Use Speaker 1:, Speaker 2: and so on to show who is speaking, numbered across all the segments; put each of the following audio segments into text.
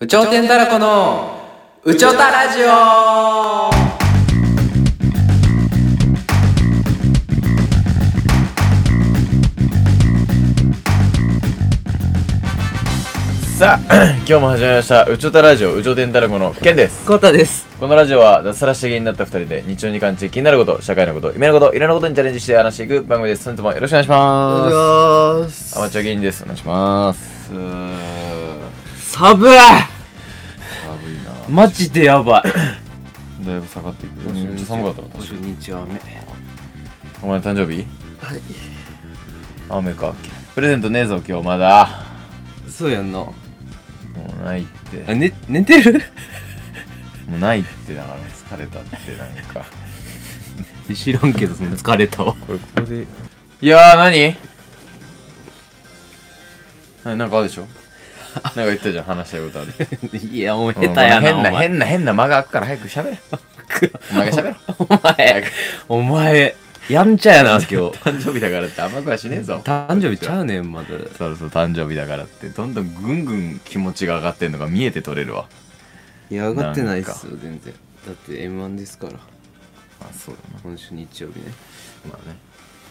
Speaker 1: 宇頂天たらこの宇宙たラジオ
Speaker 2: さあ 今日も始まりました「うちょたラジオうちょてんたらこ」のケンです
Speaker 1: コタです
Speaker 2: このラジオは脱サラして芸になった2人で日常に感じ気になること社会のこと夢のこといろんなことにチャレンジして話していく番組です本日もよろしくお願いしま
Speaker 1: よ
Speaker 2: すアマチュア芸人ですお願いしますうー
Speaker 1: 寒い
Speaker 2: 寒いな
Speaker 1: マジでやばい
Speaker 2: だいぶ下がっていくめっちゃ寒かったな確かに
Speaker 1: 日雨
Speaker 2: お前の誕生日雨かプレゼントねえぞ今日まだ
Speaker 1: そうやんな
Speaker 2: もうないって
Speaker 1: あね寝てる
Speaker 2: もうないってだから疲れたってなんか
Speaker 1: 知らんけどその疲れたわ
Speaker 2: これここでいやー何ななんかあるでしょなんか言ったじゃん話したい ことあ る
Speaker 1: いやお前
Speaker 2: うん変な変な変な間が空くから早く喋れお前が喋れ
Speaker 1: お前 お前やんちゃや な今日
Speaker 2: 誕生日だからって甘くはしねえ ぞ
Speaker 1: 誕生日ちゃ
Speaker 2: う
Speaker 1: うねんまだ
Speaker 2: そうそう誕生日だからってどんどんぐんぐん気持ちが上がってんのが見えて取れるわ
Speaker 1: いや上がってないっ
Speaker 2: なん
Speaker 1: すよ全然だって m 1ですから
Speaker 2: あそうだ
Speaker 1: 今週日曜日ね
Speaker 2: なまあね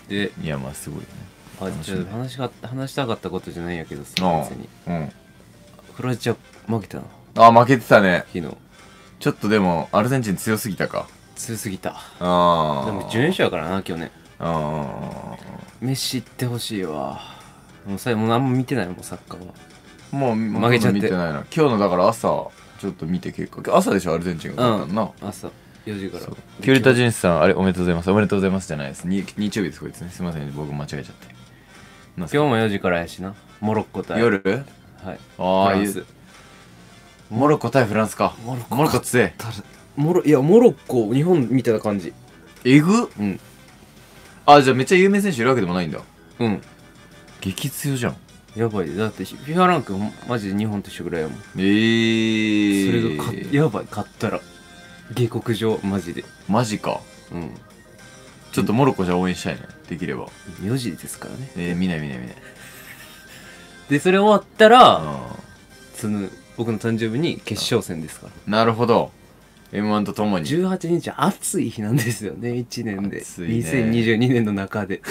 Speaker 1: で
Speaker 2: いやまあすごいね
Speaker 1: あ
Speaker 2: 楽し
Speaker 1: ち
Speaker 2: み
Speaker 1: ょっと話しが話したかったことじゃないんやけどさ
Speaker 2: あ
Speaker 1: 別に
Speaker 2: あうん
Speaker 1: クロアチア負けたの
Speaker 2: あ負けてたね
Speaker 1: 昨日
Speaker 2: ちょっとでもアルゼンチン強すぎたか
Speaker 1: 強すぎた
Speaker 2: ああ
Speaker 1: でも準優勝やからな去年
Speaker 2: ああ
Speaker 1: メッシ行ってほしいわもうさもうあんま見てないもんサッカーは
Speaker 2: もう
Speaker 1: 負けちゃって
Speaker 2: 見てないな今日のだから朝ちょっと見て結果朝でしょアルゼンチンが勝ったのな、
Speaker 1: 朝4時から
Speaker 2: ピュリタジュンスさんあれおめでとうございますおめでとうございますじゃないですに日曜日ですこいつねすいません僕間違えちゃってなんすか
Speaker 1: 今日も4時からやしなモロッコ対
Speaker 2: 夜
Speaker 1: はい
Speaker 2: ああ
Speaker 1: フラン
Speaker 2: ゆ
Speaker 1: ス
Speaker 2: モロッコ対フランスか
Speaker 1: モロッコ
Speaker 2: モロッコ強え
Speaker 1: モロいやモロッコ日本みたいな感じ
Speaker 2: えぐ
Speaker 1: うん
Speaker 2: あじゃあめっちゃ有名選手いるわけでもないんだ
Speaker 1: うん
Speaker 2: 激強じゃん
Speaker 1: やばいでだって FIFA ランクほんマジで日本と一緒ぐらいやもん
Speaker 2: え
Speaker 1: それ
Speaker 2: ー、
Speaker 1: が勝っやばい勝ったら下克上マジで
Speaker 2: マジか
Speaker 1: うん
Speaker 2: ちょっとモロッコじゃ応援したいねできれば
Speaker 1: 4時ですからね
Speaker 2: えー、見ない見ない見ない
Speaker 1: でそれ終わったら
Speaker 2: あ
Speaker 1: その僕の誕生日に決勝戦ですから
Speaker 2: ーなるほど m 1とともに
Speaker 1: 18日は暑い日なんですよね1年で、
Speaker 2: 暑いね
Speaker 1: 2022年の中 で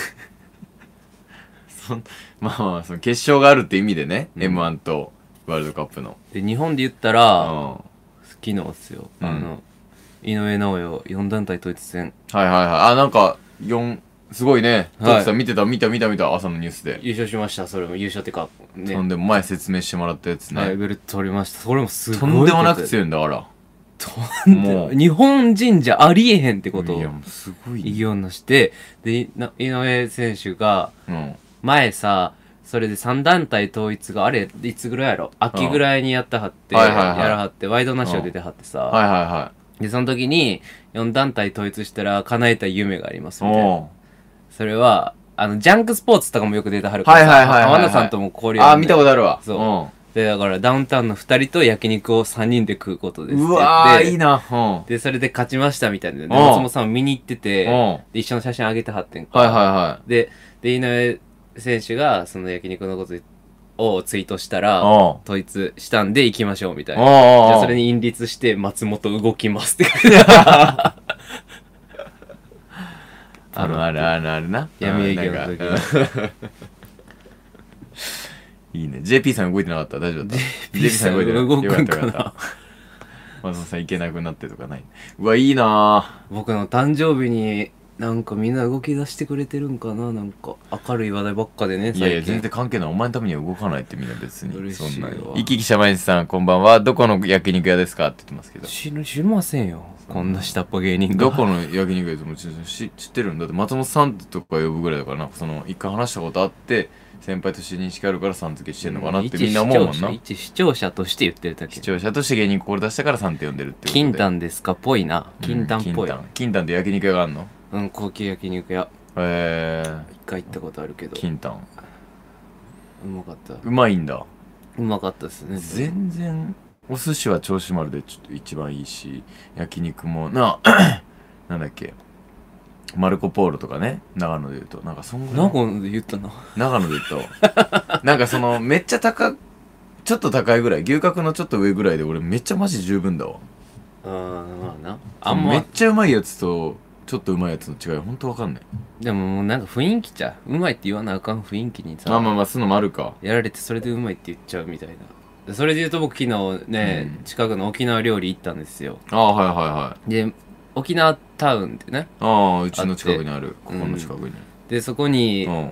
Speaker 2: そんまあまあその決勝があるって意味でね、
Speaker 1: うん
Speaker 2: m 1とワールドカップの
Speaker 1: で日本で言ったら
Speaker 2: あ
Speaker 1: 昨日っすよ、
Speaker 2: うん
Speaker 1: あの井上尚弥4団体統一戦
Speaker 2: はいはいはいあなんか4すごいね
Speaker 1: はい
Speaker 2: トキさん見てた見た見た見た朝のニュースで、
Speaker 1: 優勝しましたそれも優勝ってかね
Speaker 2: とんでも前説明してもらったやつね、
Speaker 1: はいベルト取りましたそれもすごい
Speaker 2: とんでもなく
Speaker 1: い
Speaker 2: 強いんだから
Speaker 1: とんでも
Speaker 2: もう
Speaker 1: 日本人じゃありえへんってこと
Speaker 2: い
Speaker 1: を
Speaker 2: やもうすご
Speaker 1: 偉
Speaker 2: い、
Speaker 1: 業を成してでいな井上選手が
Speaker 2: うん、
Speaker 1: 前さそれで3団体統一があれいつぐらいやろ秋ぐらいにやったはって、
Speaker 2: うんはいはいはい
Speaker 1: やらはってワイドナショー出てはってさ、
Speaker 2: はいはいは
Speaker 1: でその時に4団体統一したら叶えたい夢があります
Speaker 2: い
Speaker 1: みたいな
Speaker 2: お
Speaker 1: それはあのジャンクスポーツとかもよく出てはるから
Speaker 2: はい
Speaker 1: さ
Speaker 2: はいはいはいはい
Speaker 1: 浜田さんとも交
Speaker 2: う
Speaker 1: 流るんで
Speaker 2: あー見たことあるわ
Speaker 1: そうんでだからダウンタウンの2人と焼肉を3人で食うことですって
Speaker 2: う
Speaker 1: 言って
Speaker 2: わーいいなうん
Speaker 1: でそれで勝ちましたみたいなで
Speaker 2: ん
Speaker 1: 松本さんも見に行ってて
Speaker 2: うんはい
Speaker 1: で一緒の写真あげてはってんか
Speaker 2: はいは
Speaker 1: でで井上選手がその焼肉のことをツイートした
Speaker 2: い
Speaker 1: ら
Speaker 2: お
Speaker 1: 統一したんで行きましょうみたい
Speaker 2: うん
Speaker 1: なじゃあそれ
Speaker 2: に
Speaker 1: に引率して松本動きます って
Speaker 2: あるあるあるあるな
Speaker 1: 闇営業の時
Speaker 2: うんなんかうんいいね JP さん動いてなかった大丈夫だった JP さん動いてな
Speaker 1: 動く
Speaker 2: か
Speaker 1: ん
Speaker 2: った
Speaker 1: か
Speaker 2: よかったよかっ
Speaker 1: な
Speaker 2: た松本さん行けなくなってとかないうわいいな
Speaker 1: 僕の誕生日になんかみんな動き出してくれてるんかななんか明るい話題ばっかでね
Speaker 2: ぁいやいや全然関係ないお前のためには動かないってみんな別に
Speaker 1: 嬉しいわ
Speaker 2: そんな生き記者毎日さんこんばんはどこの焼肉屋ですかって言ってますけど
Speaker 1: 知る知りませんよこんな下っ端芸人が
Speaker 2: どこの焼肉屋でも知知ってるんだって松本さんとか呼ぶぐらいだからなんかその一回話したことあって先輩として認識あるからさん付けしてんのかなってみんな思うもんな
Speaker 1: 一視聴者一視聴者として言ってるだけ
Speaker 2: 視聴者として芸人これ出したからさんって呼んでるってことで
Speaker 1: 金丹ですかぽいな金丹っぽい
Speaker 2: うん金丹金丹って焼肉屋があるの
Speaker 1: うん高級焼肉屋
Speaker 2: へえ
Speaker 1: 一回行ったことあるけど
Speaker 2: 金丹
Speaker 1: うまかった
Speaker 2: うまいんだ
Speaker 1: うまかったですね
Speaker 2: 全然お寿司は銚子丸でちょっと一番いいし焼肉もな なんだっけマルコ・ポーロとかね長野で言うとなんかそんぐら
Speaker 1: ないんか言ったな
Speaker 2: 長野で言うとなんかそのめっちゃ高ちょっと高いぐらい牛角のちょっと上ぐらいで俺めっちゃマジ十分だわ
Speaker 1: あーまあなあん
Speaker 2: めっ
Speaker 1: ま
Speaker 2: ちゃうまいやつとちょっとうまいやつの違いほんとわかんない
Speaker 1: でももうなんか雰囲気じゃうまいって言わなあかん雰囲気にさ
Speaker 2: まあまあまあすのもあるか
Speaker 1: やられてそれでうまいって言っちゃうみたいなでそれで言うと僕昨日ね、
Speaker 2: うん
Speaker 1: 近くの沖縄料理行ったんですよ
Speaker 2: ああはいはいはい
Speaker 1: で沖縄タウンってね
Speaker 2: ああうちの近くにあるここの近くに
Speaker 1: でそこに、
Speaker 2: うん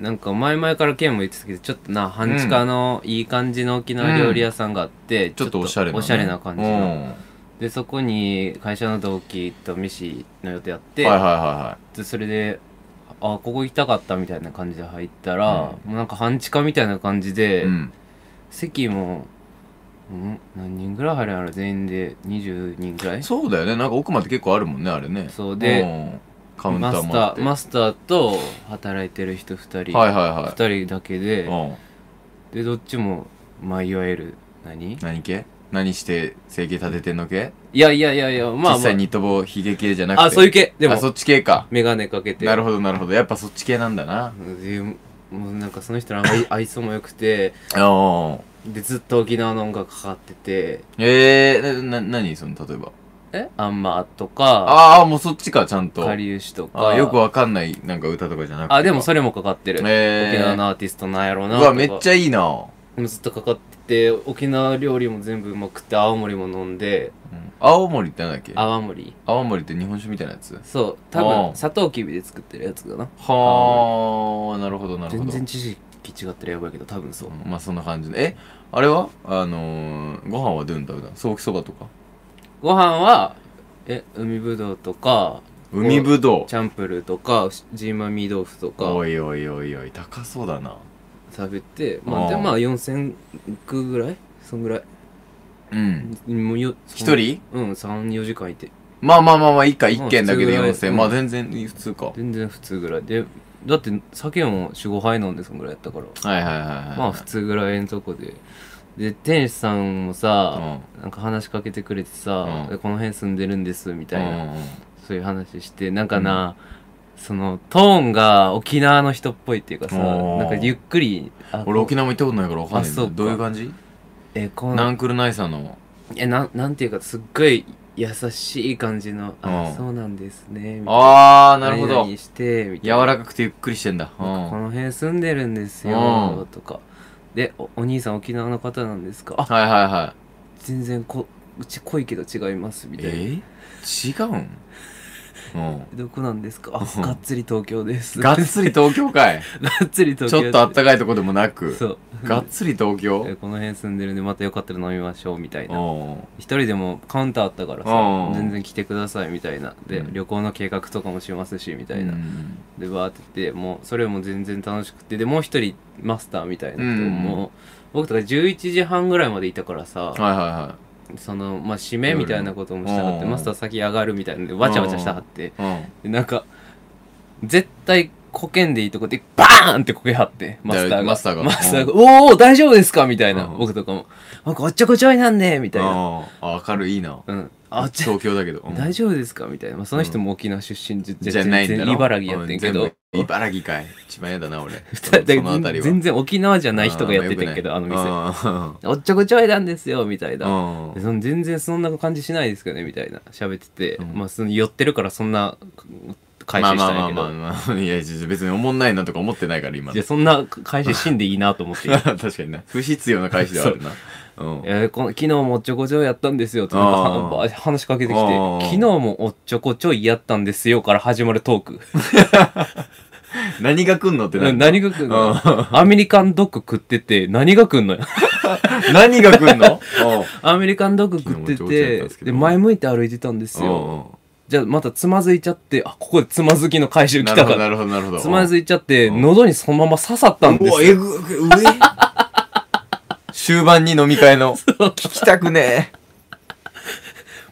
Speaker 1: なんか前々から県も言ってたけどちょっとな半地下のいい感じの沖縄料理屋さんがあって、
Speaker 2: ちょっとおしゃれなね
Speaker 1: おしゃれな感じ
Speaker 2: うん
Speaker 1: の、
Speaker 2: は
Speaker 1: でそこに会社の同期と飯の予定やっ
Speaker 2: い
Speaker 1: て、
Speaker 2: はいはいは
Speaker 1: でそれであここ行きたかったみたいな感じで入ったら、もうなんか半地下みたいな感じ
Speaker 2: い
Speaker 1: で、
Speaker 2: うん
Speaker 1: 席も、うん、何人ぐらい入るんやろ全員で20人ぐらい
Speaker 2: そうだよねなんか奥まで結構あるもんねあれね
Speaker 1: そうで
Speaker 2: んカウンタ
Speaker 1: マ
Speaker 2: ー
Speaker 1: ス
Speaker 2: もあ
Speaker 1: タ
Speaker 2: っ
Speaker 1: ー
Speaker 2: て
Speaker 1: マスターと働いてる人2人、
Speaker 2: はいはいは
Speaker 1: 2人だけで、
Speaker 2: いうん
Speaker 1: でどっちもまあいわゆる何
Speaker 2: 何系何して整形立ててんの系
Speaker 1: いやいやいやいやまあ、
Speaker 2: 実
Speaker 1: ま
Speaker 2: 際ニット帽ひげ系じゃなくて
Speaker 1: あ、あそういう系でも
Speaker 2: あそっち系か
Speaker 1: メガネかけて
Speaker 2: なるほどなるほどやっぱそっち系なんだな
Speaker 1: でもうなんかその人のあんまり愛想も良くて
Speaker 2: ああ
Speaker 1: でずっと沖縄の音楽かかってて
Speaker 2: えー、なな何その例えば
Speaker 1: えアンマーとか
Speaker 2: ああもうそっちかちゃんと
Speaker 1: かりゆしとか
Speaker 2: あよくわかんないなんか歌とかじゃなくて
Speaker 1: あでもそれもかかってる、
Speaker 2: えー
Speaker 1: 沖縄のアーティストなんやろう
Speaker 2: う
Speaker 1: な
Speaker 2: わめっち
Speaker 1: ゃ
Speaker 2: ゃいいな、
Speaker 1: ずっとかかってて沖縄料理も全部うまくて青森も飲んで
Speaker 2: うん青森ってなんだっけ
Speaker 1: 泡盛
Speaker 2: 青森って日本酒みたいなやつ
Speaker 1: そう多
Speaker 2: あー
Speaker 1: 分サトウキビで作ってるやつだな
Speaker 2: はあなるほどなるほ
Speaker 1: 全
Speaker 2: ど
Speaker 1: 然知識違ったらやばいけど多分そう、
Speaker 2: うんまあそんな感じでえあれはあのー、ご飯はどういうの食べたのソーキそばとか
Speaker 1: ご飯はえ海ぶどうとか
Speaker 2: 海ぶど
Speaker 1: チャンプルーとかジーマミー豆腐と
Speaker 2: う
Speaker 1: か
Speaker 2: おいおいおいおい高そうだな
Speaker 1: 食べてま
Speaker 2: あ
Speaker 1: あ
Speaker 2: ー
Speaker 1: でまあ4000区ぐらいそんぐらい
Speaker 2: うん
Speaker 1: もうよ
Speaker 2: 一人
Speaker 1: うん34時間いて
Speaker 2: まあまあまあまあ一家一
Speaker 1: まあ
Speaker 2: 軒だけ
Speaker 1: 普通
Speaker 2: で
Speaker 1: ぐらい
Speaker 2: 4000、
Speaker 1: うん
Speaker 2: まあ全然普通かはい
Speaker 1: 全然普通ぐらいでだって酒も45杯飲んでそんぐらいやったから
Speaker 2: はいはいはい
Speaker 1: まあ普通ぐらいのとこでで店主さんもさ、
Speaker 2: う
Speaker 1: なんか話しかけてくれてさ、
Speaker 2: うん
Speaker 1: この辺住んでるんですみたいな、
Speaker 2: うんうん
Speaker 1: そういう話してなんかな、そのトーンが沖縄の人っぽいっていうかさ
Speaker 2: おー
Speaker 1: なんかゆっくりあ
Speaker 2: 俺沖縄も行ったことないからわかんないんだ
Speaker 1: あそう
Speaker 2: よ
Speaker 1: か
Speaker 2: どういう感じ、
Speaker 1: えこん
Speaker 2: ナンクルナイサーの
Speaker 1: えなんなんていうかすっごい優しい感じの「
Speaker 2: う
Speaker 1: あ
Speaker 2: ん
Speaker 1: そうなんですね」みたい
Speaker 2: ああ
Speaker 1: な
Speaker 2: なるほど
Speaker 1: 何々してみたい
Speaker 2: 柔
Speaker 1: な
Speaker 2: らかくてゆっくりしてんだ、う
Speaker 1: なんかこ
Speaker 2: ん、
Speaker 1: の辺住んでるんです
Speaker 2: うん
Speaker 1: よ」とか「でおお兄さん沖縄の方なんですか?」あ
Speaker 2: はいはいは
Speaker 1: 全然こうち濃いけど違います」み
Speaker 2: い
Speaker 1: たいな。
Speaker 2: えー、違うんうん
Speaker 1: どこなんですかあ、
Speaker 2: うん
Speaker 1: がっつり東京です。
Speaker 2: がっつり東京かい
Speaker 1: がっつり東
Speaker 2: ち
Speaker 1: 京
Speaker 2: ょっとあったかいとこでもなく
Speaker 1: そう。
Speaker 2: がっつり東京
Speaker 1: えこの辺住んでるんで、またよかったら飲みましょう、みたいうな。
Speaker 2: ん
Speaker 1: 一人でもカウンターあったから
Speaker 2: う
Speaker 1: さ
Speaker 2: ん、
Speaker 1: 全然来てください、みたいな。で、
Speaker 2: うん
Speaker 1: 旅行の計画とかもしますし、みたいな
Speaker 2: う。ん
Speaker 1: でバーって言ってもうそれも全然楽しくてでもう一人マスターみたいな人も、僕とか11時半ぐらいまでいたからさ、
Speaker 2: はいは
Speaker 1: そのまあ締めみたいなこともしたかって
Speaker 2: うん
Speaker 1: マスター先上がるみたいなんでわちゃわちゃしたはって
Speaker 2: いはい
Speaker 1: でなんか絶対こけんでいいとこでバーンってこけはってマスター
Speaker 2: だ
Speaker 1: が
Speaker 2: マスターが
Speaker 1: マスターがおお大丈夫ですか?」みたいな、
Speaker 2: うん
Speaker 1: 僕とかも「あごっちょこちょいなんで」み
Speaker 2: う
Speaker 1: たい
Speaker 2: ん
Speaker 1: な
Speaker 2: あーあ明るいいいな
Speaker 1: 「うん、あっち
Speaker 2: 東京だけど、うん
Speaker 1: 大丈夫ですか?」みたいな、まあ、その人も沖縄出身じゃ
Speaker 2: じゃないんだ
Speaker 1: 全
Speaker 2: ろ
Speaker 1: 然茨城やってんけど、
Speaker 2: う全部茨城かい一番嫌だな俺
Speaker 1: だだ
Speaker 2: そのあたりは
Speaker 1: 全然沖縄じゃない人がやっててんけど、あの店。おっちょこちょいなんですよ、みたいな。
Speaker 2: 店
Speaker 1: でその全然そんな感じしないですけどね、みたいな。喋ってて、
Speaker 2: うん
Speaker 1: まあ、その寄ってるからそんな返し
Speaker 2: まあ
Speaker 1: し
Speaker 2: ま
Speaker 1: た
Speaker 2: あ
Speaker 1: んや
Speaker 2: まあ
Speaker 1: け
Speaker 2: まあ
Speaker 1: ど。
Speaker 2: まあいや別におもんないなとか思ってないから今
Speaker 1: いや、そんな返ししんでいいなと思って。い
Speaker 2: 確かにな不必要な返しではあるなうん
Speaker 1: やこの昨日もおっちょこちょいやったんですよってなんか
Speaker 2: あー
Speaker 1: はば話しかけてきて
Speaker 2: あー
Speaker 1: 昨日もおっちょこちょいやったんですよから始まるトーク
Speaker 2: 何が来んのってなる
Speaker 1: 何が来んの
Speaker 2: う
Speaker 1: アメリカンドッグ食ってて何が来んの よ
Speaker 2: 何が来んの
Speaker 1: アメリカンドッグ食って
Speaker 2: 昨日もおっちょこちょいやったん
Speaker 1: て
Speaker 2: ですけど
Speaker 1: で前向いて歩いてたんです
Speaker 2: うん
Speaker 1: よ
Speaker 2: うん
Speaker 1: じゃあまたつまずいちゃって、あ、ここでつまずきの回収来
Speaker 2: なる
Speaker 1: た
Speaker 2: ほ
Speaker 1: か
Speaker 2: ど
Speaker 1: ら。
Speaker 2: なるほどなるほど
Speaker 1: つまず
Speaker 2: い
Speaker 1: いちゃって、
Speaker 2: うん
Speaker 1: 喉にそのまま刺さったんですよ。
Speaker 2: えぐうえ終盤に飲み会の聞きたくねえ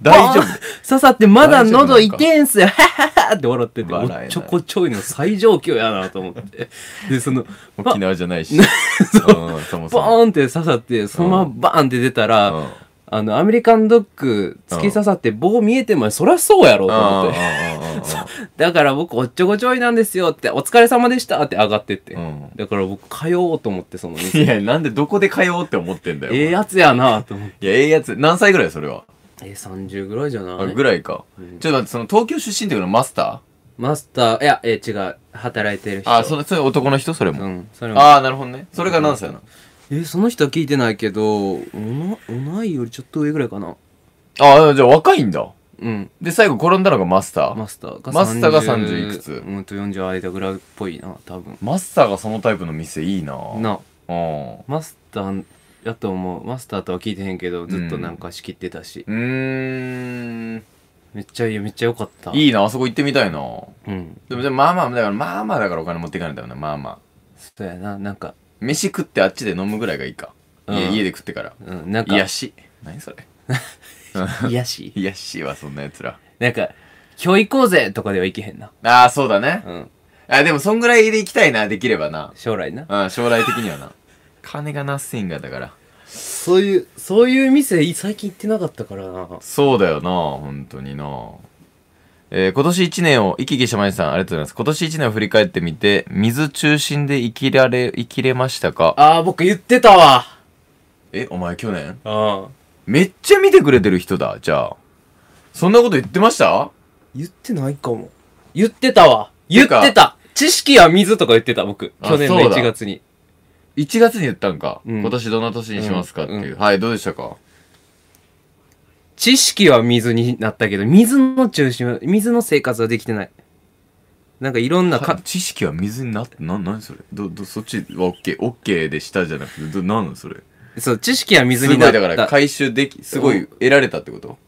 Speaker 2: 大丈
Speaker 1: バーン 刺さってまだ喉痛えんすよ。ははははって笑ってて、お
Speaker 2: 笑えない
Speaker 1: っちょこちょいの最上級やなと思って。で、その、
Speaker 2: 夫 沖縄じゃないしうんそもそ
Speaker 1: バ
Speaker 2: も
Speaker 1: ーンって刺さって、そのままバーンって出たら、
Speaker 2: うん
Speaker 1: あの、アメリカンドッグ突き刺さって棒見えてもそりゃそうやろと
Speaker 2: あ
Speaker 1: 思っ
Speaker 2: ー
Speaker 1: て。
Speaker 2: あーあー
Speaker 1: だから僕おっちょこちょいなんですよって、お疲れ様でしたって上がってって。
Speaker 2: うん
Speaker 1: だから僕通おうと思ってその
Speaker 2: あ
Speaker 1: 店。
Speaker 2: ーいやなんでどこで通おうって思ってんだよ
Speaker 1: ええやつやなと思って。
Speaker 2: いやええやつ何歳ぐらいそれは
Speaker 1: え、30ぐらいじゃな
Speaker 2: あ
Speaker 1: い
Speaker 2: ぐらいか
Speaker 1: うん
Speaker 2: ちょっと待ってその東京出身っていうのマスタ
Speaker 1: マスター、いや、え、違う。働いてる
Speaker 2: ー
Speaker 1: 人。
Speaker 2: あそのそれ男の人それも
Speaker 1: うん。それも。
Speaker 2: ああなるほどねそれが何歳なの
Speaker 1: え、その人は聞いてないけど、おな、おないよりちょっと上ぐらいかな。
Speaker 2: ああじゃあ若いんだ
Speaker 1: うん。
Speaker 2: で最後転んだのがマスター
Speaker 1: マスターが
Speaker 2: マスターが30いくつ
Speaker 1: うんと40間ぐらいっぽいな、多分。
Speaker 2: マスターがそのタイプの店いいなうん
Speaker 1: な、マスターやと思う。マスターとは聞いてへんけど、ずっとなんか仕切ってたし。
Speaker 2: うーん
Speaker 1: めっちゃいい、めっちゃ良かった。い。
Speaker 2: いいなあそこ行ってみたいな
Speaker 1: うん。
Speaker 2: でもでもまあまあだからまあまあだからお金持っていかないんだよなまあまあ
Speaker 1: そうやな、なんか、
Speaker 2: 飯食ってあっちで飲むぐらいがいいか、
Speaker 1: うん
Speaker 2: 家家で食ってから
Speaker 1: うん、なんか、
Speaker 2: 癒やし何それ
Speaker 1: 癒やし。
Speaker 2: 癒やしはそんなやつら
Speaker 1: なんか、今日行こうぜとかではいけへんな。
Speaker 2: ああそうだね
Speaker 1: うん。
Speaker 2: あでもそんぐらいで行きたいなできればな
Speaker 1: 将来な。
Speaker 2: うん将来的にはな金がなっせんがだから
Speaker 1: そういう、そういう店、い最近行ってなかったからな。
Speaker 2: そうだよな本当になえー今年1年を、生き生きしたまゆさん、ありがとうございます。今年1年を振り返ってみて、水中心で生きられ、生きれましたか
Speaker 1: ああ、僕言ってたわ。
Speaker 2: え、お前去年
Speaker 1: うん。
Speaker 2: めっちゃ見てくれてる人だ、じゃあ。そんなこと言ってました
Speaker 1: 言ってないかも。言ってたわ。言って
Speaker 2: て
Speaker 1: た。知識は水とか言ってた、僕。
Speaker 2: あ
Speaker 1: 去年の
Speaker 2: そうだ
Speaker 1: 1月に。
Speaker 2: 1月に言ったんか、
Speaker 1: うん
Speaker 2: 今年どんな年にしますかっていう、
Speaker 1: う
Speaker 2: はいどうでしたか
Speaker 1: 知識は水になったけど、水の中心は、水の生活はできてない。なんかいろんなか、
Speaker 2: 知識は水になってな何それどどそっちは OK, OK でしたじゃなくてど何それ
Speaker 1: そう、知識は水
Speaker 2: す
Speaker 1: に
Speaker 2: ごい
Speaker 1: なっ
Speaker 2: だから
Speaker 1: た。
Speaker 2: 回収できすご
Speaker 1: うん
Speaker 2: い得られたってこと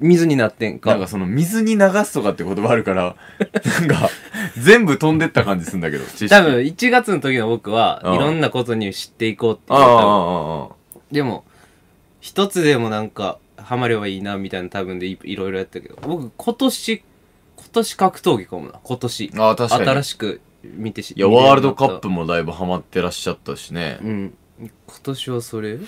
Speaker 1: 水になってん
Speaker 2: なんか
Speaker 1: か。
Speaker 2: その水に流すとかって言葉あるから なんか全部飛んでった感じするんだけど知識
Speaker 1: 多分1月の時の僕は、
Speaker 2: うん
Speaker 1: いろんなことに知っていこうって
Speaker 2: ああ
Speaker 1: 言
Speaker 2: あ
Speaker 1: ったの。
Speaker 2: あああ
Speaker 1: でも、一つでもなんか、ハマればいいな、みたいな多分でいいろいろやったけど、僕今年、今年格闘技かもな。今年。
Speaker 2: ああ確かに
Speaker 1: 新しく見てし
Speaker 2: いや
Speaker 1: 見れる
Speaker 2: ワ
Speaker 1: よう
Speaker 2: ール
Speaker 1: にな
Speaker 2: ド
Speaker 1: っ
Speaker 2: カ
Speaker 1: た
Speaker 2: ップもだいぶハマってらっしゃったしね、
Speaker 1: うん今年はそれか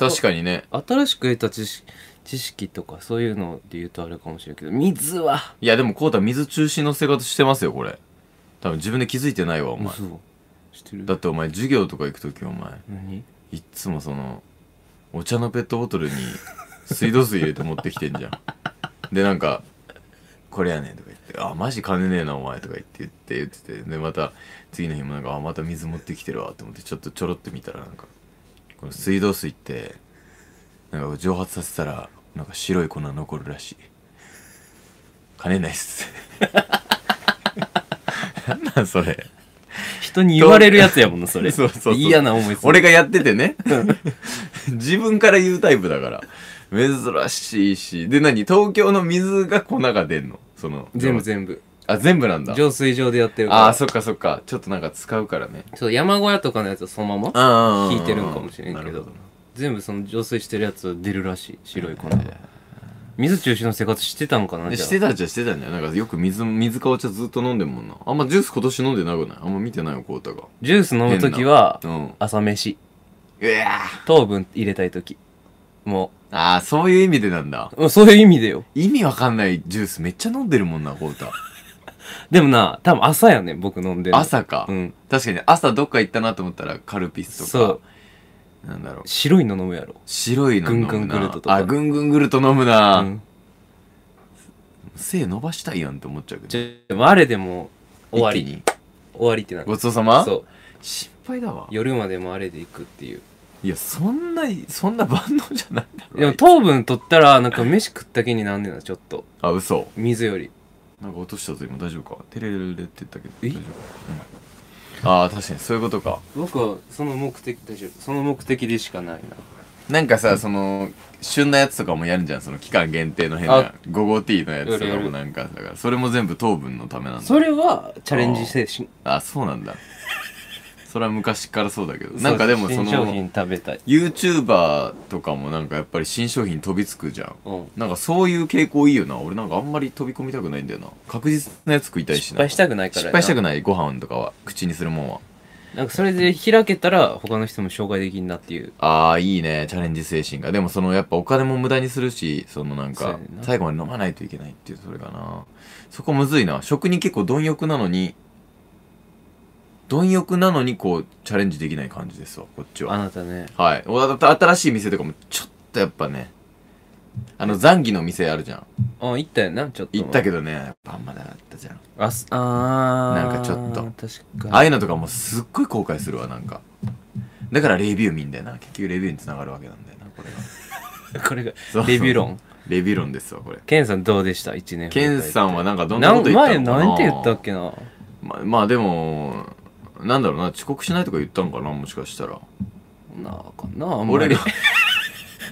Speaker 1: な
Speaker 2: 確かにね
Speaker 1: に新しく得た知識知識とかそういうので言うとあれかもしれんけど水はい
Speaker 2: やでもこうた水中心の生活してますよこれ多分自分で気づいてないわお前
Speaker 1: 嘘してる
Speaker 2: だってお前授業とか行く時お前
Speaker 1: 何
Speaker 2: いっつもそのお茶のペットボトルに水道水入れて持ってきてんじゃんでなんか「これやねん」とか言って「あマジ金ねえなお前」とか言って言って言っててでまた次の日もなんか「あまた水持ってきてるわ」と思ってちょっとちょろって見たらなんかこの水道水ってなんか蒸発させたらなんか白い粉残るらしい金ないっすなんなんそれ
Speaker 1: 人に言われるやつやもんなそれ
Speaker 2: そうそうそう
Speaker 1: 嫌な思いする
Speaker 2: 俺がやっててね自分から言うタイプだから珍しいしで何東京の水が粉が出んのその
Speaker 1: 全部全部
Speaker 2: あ全部なんだ
Speaker 1: 浄水場でやってるから
Speaker 2: あーそっかそっかちょっとなんか使うからね
Speaker 1: そう山小屋とかのやつはそのまま
Speaker 2: あ
Speaker 1: 聞いてるんかもしれんけど全部その浄水してるやつは出るらしい白い粉が水中心の生活してたんかなじゃあ
Speaker 2: してたじゃしてたんじゃんなんかよく水水かお茶ずっと飲んでるもんなあんまジュース今年飲んでなくないあんま見てないよこうたが
Speaker 1: ジュース飲む時は
Speaker 2: うん
Speaker 1: 朝飯
Speaker 2: うわ
Speaker 1: 糖分入れたい時も
Speaker 2: ああそういう意味でなんだ
Speaker 1: うもうそういう意味でよ
Speaker 2: 意味わかんないジュースめっちゃ飲んでるもんなこうた
Speaker 1: でもな、多分朝やねん、僕飲んでんの
Speaker 2: 朝か、
Speaker 1: うん。
Speaker 2: 確かに朝どっか行ったなと思ったらカルピスとか
Speaker 1: そう
Speaker 2: なんだろう
Speaker 1: 白いの飲むやろ。
Speaker 2: 白いの飲むな
Speaker 1: ぐんぐんぐるととか
Speaker 2: あぐんぐんぐると飲むな、
Speaker 1: うん。
Speaker 2: 背伸ばしたいやんって思っちゃうけど
Speaker 1: じゃあ、あれでも、終わ
Speaker 2: 一気
Speaker 1: り。
Speaker 2: に
Speaker 1: 終わりってなる
Speaker 2: ごちそうさま
Speaker 1: そう。
Speaker 2: 失敗だわ
Speaker 1: 夜までもあれで行くっていう。
Speaker 2: いやそんなそんな万能じゃないだろ
Speaker 1: でも糖分取ったら、なんか飯食った気になんねんな、ちょっと。
Speaker 2: あ嘘
Speaker 1: 水より。
Speaker 2: なんか落としたぞ今大丈夫かテレレレって言ったけど
Speaker 1: え
Speaker 2: 大丈夫か、うんああ確かにそういうことか
Speaker 1: 僕は、その目的、大丈夫。その目的でしかない
Speaker 2: なんかさその旬なやつとかもやるじゃんその期間限定の変な
Speaker 1: あ
Speaker 2: 5号 T のやつと
Speaker 1: や
Speaker 2: か
Speaker 1: るや
Speaker 2: も
Speaker 1: る
Speaker 2: なんかだからそれも全部糖分のためなん
Speaker 1: な。
Speaker 2: だ
Speaker 1: それは、チャレンジ精神。
Speaker 2: あそうなんだそれは昔からそうだけど
Speaker 1: そう
Speaker 2: なんかでもそ
Speaker 1: 新商
Speaker 2: の
Speaker 1: 品食べたい。
Speaker 2: YouTuber とかもなんかやっぱり新商品飛びつくじゃん
Speaker 1: うん。
Speaker 2: なんかそういう傾向いいよな俺なんかあんまり飛び込みたくないんだよな確実なやつ食いたいし
Speaker 1: 失
Speaker 2: な
Speaker 1: 敗したくないから
Speaker 2: 失敗したく
Speaker 1: ない。
Speaker 2: ないご飯とかは口にするもんは
Speaker 1: なんかそれで開けたら他の人も紹介できんなっていう
Speaker 2: ああいいねチャレンジ精神がでもそのやっぱお金も無駄にするしそのなん
Speaker 1: そうや
Speaker 2: か
Speaker 1: ねんな
Speaker 2: 最後まで飲まないといけないっていうそれかなそこむずいな食に結構貪欲なのに貪欲なのにこうチャレンジできない感じですわこっち
Speaker 1: あ
Speaker 2: は
Speaker 1: なたね
Speaker 2: はいおだだ新しい店とかもちょっとやっぱねあの残儀の店あるじゃん
Speaker 1: あ行ったよなちょっと
Speaker 2: 行ったけ
Speaker 1: ど
Speaker 2: どねやっぱあんまだったじゃん
Speaker 1: あすあー
Speaker 2: なんかちょっと
Speaker 1: 確
Speaker 2: ああ
Speaker 1: か
Speaker 2: い
Speaker 1: に
Speaker 2: うのとかもすっごい後悔するわなんかだからレビュー見んだよな結局レビューにつながるわけなんだよなこれが
Speaker 1: これが
Speaker 2: そう
Speaker 1: レビュー論
Speaker 2: レビュー論ですわこれ
Speaker 1: ケンさんどうでした一年
Speaker 2: ケンさんはなんかどんな
Speaker 1: な
Speaker 2: こ
Speaker 1: ん
Speaker 2: と言った
Speaker 1: 前
Speaker 2: のかな
Speaker 1: 何て言ったっけな
Speaker 2: ままあでもなんだろうな遅刻しないとか言ったのかなもしかしたら
Speaker 1: なあかなあんま
Speaker 2: 俺
Speaker 1: り
Speaker 2: が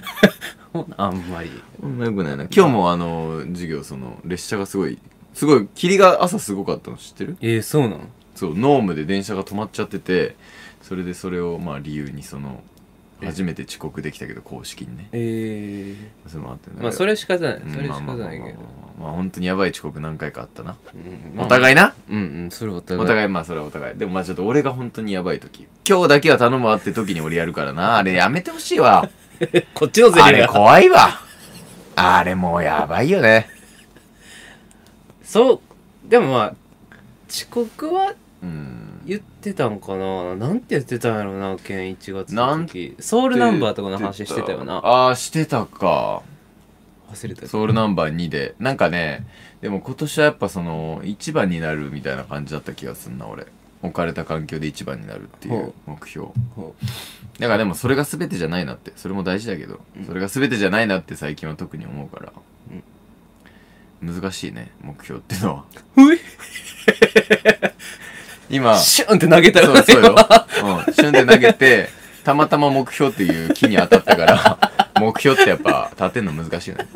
Speaker 1: あんま り
Speaker 2: そんなよくないな今日もあの授業その列車がすごいすごい霧が朝すごかったの知ってる
Speaker 1: えー、そうなの
Speaker 2: そうノームで電車が止まっちゃっててそれでそれをまあ理由にその
Speaker 1: え
Speaker 2: 初めて遅刻できたけど公式にね
Speaker 1: え
Speaker 2: それもあって
Speaker 1: ー、まあそれ仕方ない
Speaker 2: うん
Speaker 1: それ仕方
Speaker 2: まあまあまあ
Speaker 1: ないけど
Speaker 2: まあまあ本当にやばい遅刻何回かあったな、
Speaker 1: うん
Speaker 2: お互いな
Speaker 1: うんうんそれお互い
Speaker 2: お互いまあそれはお互いでもまあちょっと俺が本当にやばい時今日だけは頼むわって時に俺やるから なあれやめてほしいわ
Speaker 1: こっちの
Speaker 2: あれ怖いわあれもうやばいよね
Speaker 1: そうでもまあ遅刻は
Speaker 2: うん
Speaker 1: 言ってたんかななんて言ってたんやろなケン1月
Speaker 2: な
Speaker 1: の
Speaker 2: ん
Speaker 1: 時ソウルナンバーとかの話してたよな
Speaker 2: ああしてたか
Speaker 1: 忘れた
Speaker 2: ソウルナンバー2でなんかねでも今年はやっぱその一番になるみたいな感じだった気がすんな俺置かれた環境で一番になるっていう
Speaker 1: ほ
Speaker 2: 目標
Speaker 1: ほ
Speaker 2: だからでもそれが全てじゃないなってそれも大事だけど、
Speaker 1: うん
Speaker 2: それが全てじゃないなって最近は特に思うから、
Speaker 1: うん
Speaker 2: 難しいね目標って のは
Speaker 1: ふい
Speaker 2: 今
Speaker 1: シュンって投げたよ
Speaker 2: そう
Speaker 1: ね
Speaker 2: そうよ、うん、旬で投げてたまたま目標っていう木に当たったから 目標ってやっぱ立てんの難しいよね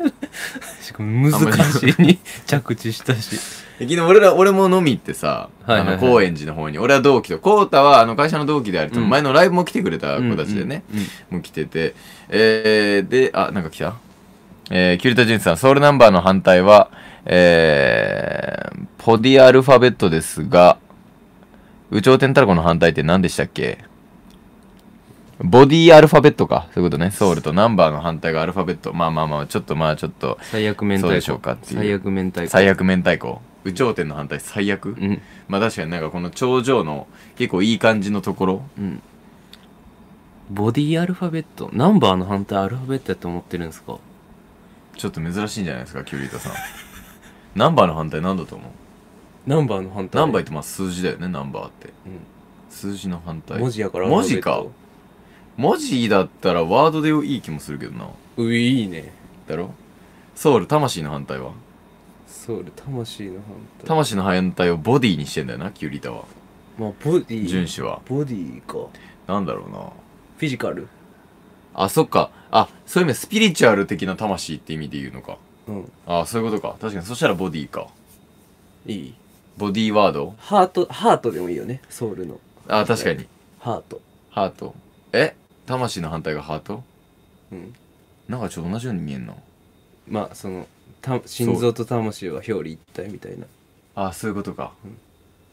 Speaker 1: しかも難しいに着地した し
Speaker 2: 昨日俺ら俺も飲み行ってさ、
Speaker 1: はいはいはい
Speaker 2: あの高円寺の方に俺は同期と浩太はあの会社の同期であり、
Speaker 1: うん
Speaker 2: 前のライブも来てくれた子たちでね、
Speaker 1: うんうん
Speaker 2: もう来てて、えー、で、あ、なんか来たえー、キュリタジュンさん、ソウルナンバーの反対は、えー、ポディアルファベットですが、有頂天たらこの反対って何でしたっけボディアルファベットか。そういうことね。ソウルとナンバーの反対がアルファベット。まあまあまあ、ちょっとまあちょっと、
Speaker 1: 最悪明太子
Speaker 2: そうでしょうかっていう
Speaker 1: 最悪明太子
Speaker 2: 最悪明太子。有頂天の反対最悪、
Speaker 1: うん
Speaker 2: まあ確かになんかこの頂上の結構いい感じのところ。
Speaker 1: うんボディアルファベットナンバーの反対アルファベットやと思ってるんですか
Speaker 2: ちょっと珍しいんじゃないですか、キュリタ さん。ナンバーの反対何だと思う
Speaker 1: ナンバーの反対
Speaker 2: ナンバーってまあ数字だよね、ナンバーって。数字の反
Speaker 1: うん、
Speaker 2: 対。
Speaker 1: 文字やから
Speaker 2: 文字か。文字だったらワードでいい気もするけどな。
Speaker 1: ういいね
Speaker 2: だろソウル、魂の反対は
Speaker 1: ソウル魂の反対
Speaker 2: 魂の反対をボディにしてんだよな、キュリタは。
Speaker 1: まあボディ
Speaker 2: 純子は。
Speaker 1: ボディか
Speaker 2: なんだろうな。
Speaker 1: フィジカル
Speaker 2: あ、そっか。あ、そういう意味でスピリチュアル的な魂って意味で言うのか。
Speaker 1: うん
Speaker 2: あ、そういうことか。確かに、そしたらボディか。
Speaker 1: いい
Speaker 2: ボディーワード
Speaker 1: ハートハートでもいいよねソウルの
Speaker 2: あ、確かに。
Speaker 1: ハート
Speaker 2: ハート。え魂の反対がハート
Speaker 1: うん
Speaker 2: なんかちょっと同じように見えんな。
Speaker 1: まあそのた心臓と魂は表裏一体みたいな
Speaker 2: あ、そういうことか。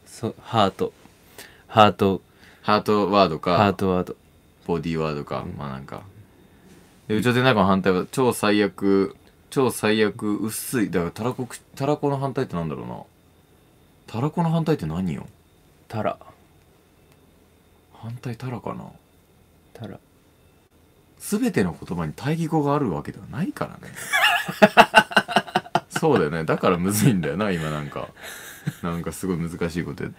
Speaker 1: そハートハート
Speaker 2: ハートワードか。
Speaker 1: ハートワード
Speaker 2: ボディーワードか、まあなんかで宇宙天中の反対は超最悪超最悪薄いだからたらこくたらこの反対ってなんだろうなたらこの反対って何よ
Speaker 1: タラ
Speaker 2: 反対たらかな
Speaker 1: タラ
Speaker 2: 全ての言葉に対義語があるわけではないか らねそうだよねだからむずいんだよな今なんかなんかすごい難しいことや